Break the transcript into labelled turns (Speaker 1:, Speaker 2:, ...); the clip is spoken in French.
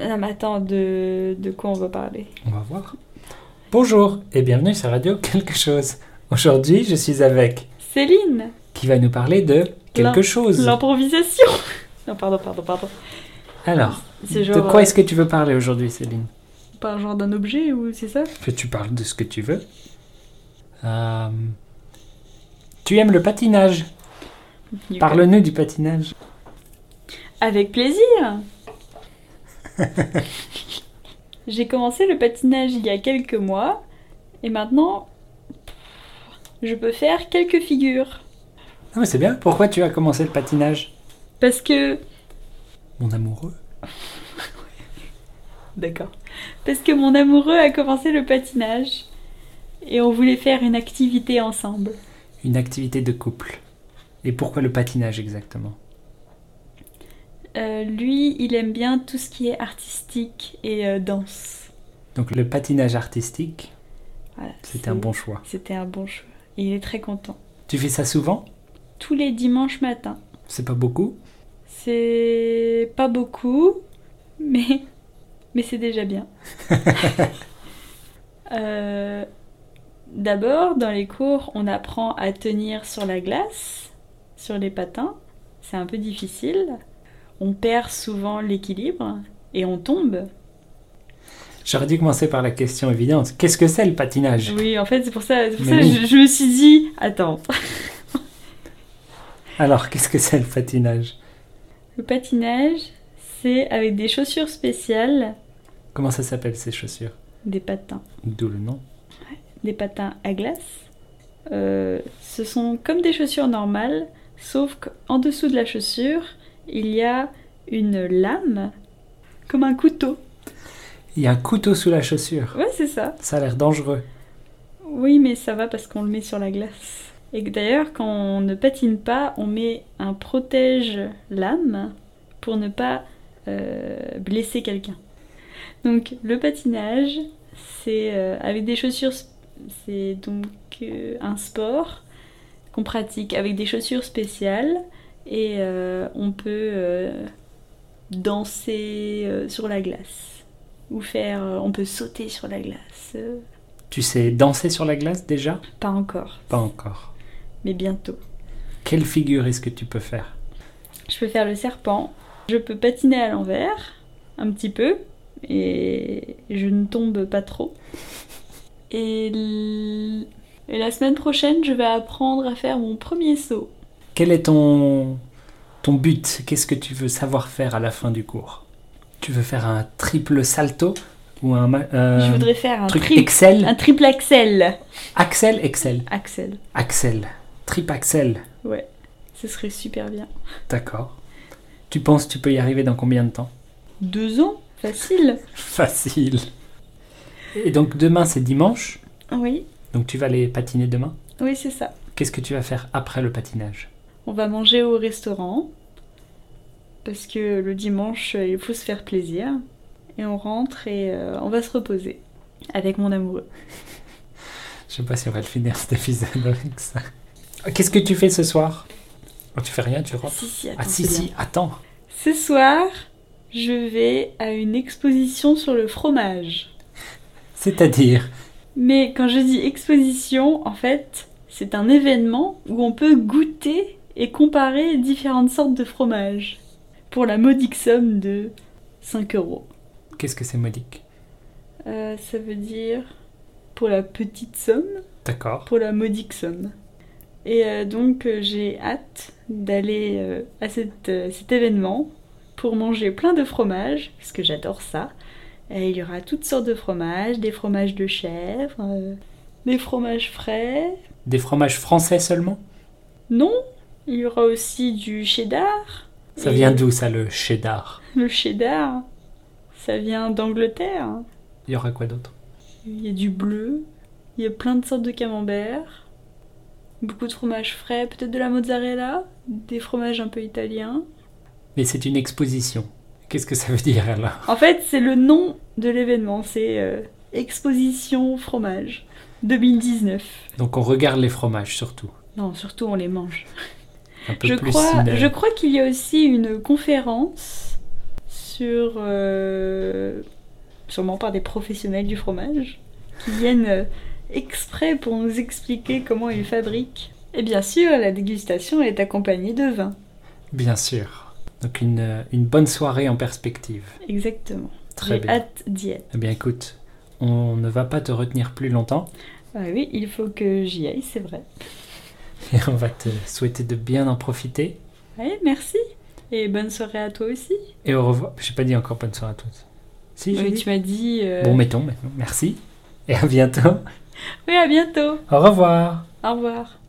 Speaker 1: Ah, mais attends, de, de quoi on va parler
Speaker 2: On va voir. Bonjour et bienvenue sur Radio Quelque chose. Aujourd'hui, je suis avec
Speaker 1: Céline
Speaker 2: qui va nous parler de quelque
Speaker 1: L'im-
Speaker 2: chose.
Speaker 1: L'improvisation Non, pardon, pardon, pardon.
Speaker 2: Alors,
Speaker 1: C'est genre.
Speaker 2: de quoi
Speaker 1: euh,
Speaker 2: est-ce que tu veux parler aujourd'hui, Céline
Speaker 1: Pas genre d'un objet ou c'est ça
Speaker 2: Que tu parles de ce que tu veux. Euh, Tu aimes le patinage Parle-nous du patinage.
Speaker 1: Avec plaisir J'ai commencé le patinage il y a quelques mois et maintenant je peux faire quelques figures.
Speaker 2: Ah, mais c'est bien. Pourquoi tu as commencé le patinage
Speaker 1: Parce que.
Speaker 2: Mon amoureux.
Speaker 1: D'accord. Parce que mon amoureux a commencé le patinage et on voulait faire une activité ensemble.
Speaker 2: Une activité de couple. Et pourquoi le patinage exactement
Speaker 1: Euh, lui, il aime bien tout ce qui est artistique et euh, danse.
Speaker 2: Donc, le patinage artistique,
Speaker 1: Voilà,
Speaker 2: c'était un bon choix.
Speaker 1: C'était un bon choix. Et il est très content.
Speaker 2: Tu fais ça souvent
Speaker 1: Tous les dimanches matin.
Speaker 2: C'est pas beaucoup
Speaker 1: C'est pas beaucoup, mais, mais c'est déjà bien. Euh, D'abord, dans les cours, on apprend à tenir sur la glace, sur les patins. C'est un peu difficile. On perd souvent l'équilibre et on tombe.
Speaker 2: J'aurais dû commencer par la question évidente. Qu'est-ce que c'est le patinage
Speaker 1: Oui, en fait, c'est pour ça, c'est pour
Speaker 2: Mais
Speaker 1: ça que
Speaker 2: oui.
Speaker 1: je, je me suis dit, attends, Mm.
Speaker 2: Alors, qu'est-ce que c'est le patinage
Speaker 1: le patinage, c'est avec des chaussures spéciales,
Speaker 2: Comment ça s'appelle ces chaussures
Speaker 1: des patins.
Speaker 2: D'où le nom.
Speaker 1: des patins à glace. Euh, ce sont comme des chaussures normales, sauf qu'en dessous de la chaussure, il y a une lame, comme un couteau.
Speaker 2: Il y a un couteau sous la chaussure.
Speaker 1: Ouais, c'est ça.
Speaker 2: Ça a l'air dangereux.
Speaker 1: Oui, mais ça va parce qu'on le met sur la glace. Et que d'ailleurs, quand on ne patine pas, on met un protège-lame pour ne pas euh, blesser quelqu'un. Donc, le patinage, c'est euh, avec des chaussures, sp- c'est donc euh, un sport qu'on pratique avec des chaussures spéciales et euh, on peut euh, danser euh, sur la glace ou faire, euh, on peut sauter sur la glace. euh,
Speaker 2: Tu sais danser sur la glace déjà
Speaker 1: pas encore,
Speaker 2: Pas encore.
Speaker 1: mais bientôt.
Speaker 2: Quelle figure est-ce que tu peux faire
Speaker 1: Je peux faire le serpent, je peux patiner à l'envers, un petit peu, et je ne tombe pas trop. Et, l- et la semaine prochaine, je vais apprendre à faire mon premier saut.
Speaker 2: Quel est ton, ton but Qu'est-ce que tu veux savoir faire à la fin du cours Tu veux faire un triple salto ou un ma- euh,
Speaker 1: je voudrais faire un,
Speaker 2: truc
Speaker 1: tri-
Speaker 2: Excel
Speaker 1: un triple axel.
Speaker 2: Axel Excel.
Speaker 1: Axel,
Speaker 2: Axel. Trip Axel.
Speaker 1: ouais, ce serait super bien.
Speaker 2: D'accord. Tu penses que tu peux y arriver dans combien de temps
Speaker 1: Deux ans, facile.
Speaker 2: Facile. Et donc demain c'est dimanche,
Speaker 1: Oui,
Speaker 2: donc tu vas aller patiner demain.
Speaker 1: oui, c'est ça.
Speaker 2: Qu'est-ce que tu vas faire après le patinage
Speaker 1: On va manger au restaurant parce que le dimanche euh, il faut se faire plaisir et on rentre et euh, on va se reposer avec mon amoureux.
Speaker 2: Je sais pas si on va le finir cet épisode avec ça. Qu'est-ce que tu fais ce soir Oh, Tu fais rien, tu rentres.
Speaker 1: si si, attends,
Speaker 2: Ah si
Speaker 1: c'est
Speaker 2: si,
Speaker 1: bien.
Speaker 2: attends.
Speaker 1: Ce soir, je vais à une exposition sur le fromage.
Speaker 2: C'est-à-dire,
Speaker 1: Mais quand je dis exposition, en fait, c'est un événement où on peut goûter et comparer différentes sortes de fromages pour la modique somme de 5 euros.
Speaker 2: qu'est-ce que c'est modique
Speaker 1: Euh, ça veut dire pour la petite somme,
Speaker 2: D'accord.
Speaker 1: pour la modique somme. Et euh, donc euh, j'ai hâte d'aller euh, à cette, euh, cet événement pour manger plein de fromages, parce que j'adore ça. Et il y aura toutes sortes de fromages, des fromages de chèvre, euh, des fromages frais.
Speaker 2: Des fromages français seulement
Speaker 1: Non, il y aura aussi du cheddar.
Speaker 2: Ça
Speaker 1: Et
Speaker 2: vient d'où ça, le cheddar
Speaker 1: Le cheddar, ça vient d'Angleterre.
Speaker 2: Il y aura quoi d'autre
Speaker 1: Il y a du bleu, il y a plein de sortes de camembert, beaucoup de fromages frais, peut-être de la mozzarella, des fromages un peu italiens.
Speaker 2: Mais c'est une exposition. Qu'est-ce que ça veut dire alors
Speaker 1: En fait, c'est le nom de l'événement, c'est euh, Exposition Fromage 2019.
Speaker 2: Donc on regarde les fromages surtout.
Speaker 1: Non, surtout on les mange.
Speaker 2: Un peu
Speaker 1: Je
Speaker 2: plus
Speaker 1: crois,
Speaker 2: une-
Speaker 1: je crois qu'il y a aussi une conférence sur. euh, sûrement par des professionnels du fromage, qui viennent euh, exprès pour nous expliquer comment ils fabriquent. Et bien sûr, la dégustation est accompagnée de vin.
Speaker 2: Bien sûr. Donc une, euh, une bonne soirée en perspective.
Speaker 1: Exactement.
Speaker 2: Très
Speaker 1: J'ai
Speaker 2: bien.
Speaker 1: hâte d'y être.
Speaker 2: Eh bien écoute, on ne va pas te retenir plus longtemps
Speaker 1: Ah oui, il faut que j'y aille, c'est vrai.
Speaker 2: et on va te souhaiter de bien en profiter.
Speaker 1: Ouais, merci. Et bonne soirée à toi aussi.
Speaker 2: Et au revoir. J'ai pas dit encore bonne soirée à tous. Si, j'ai
Speaker 1: Oui,
Speaker 2: dit.
Speaker 1: tu m'as dit. euh,
Speaker 2: Bon, mettons, mettons. Merci. Et à bientôt.
Speaker 1: Oui, à bientôt.
Speaker 2: Au revoir.
Speaker 1: Au revoir.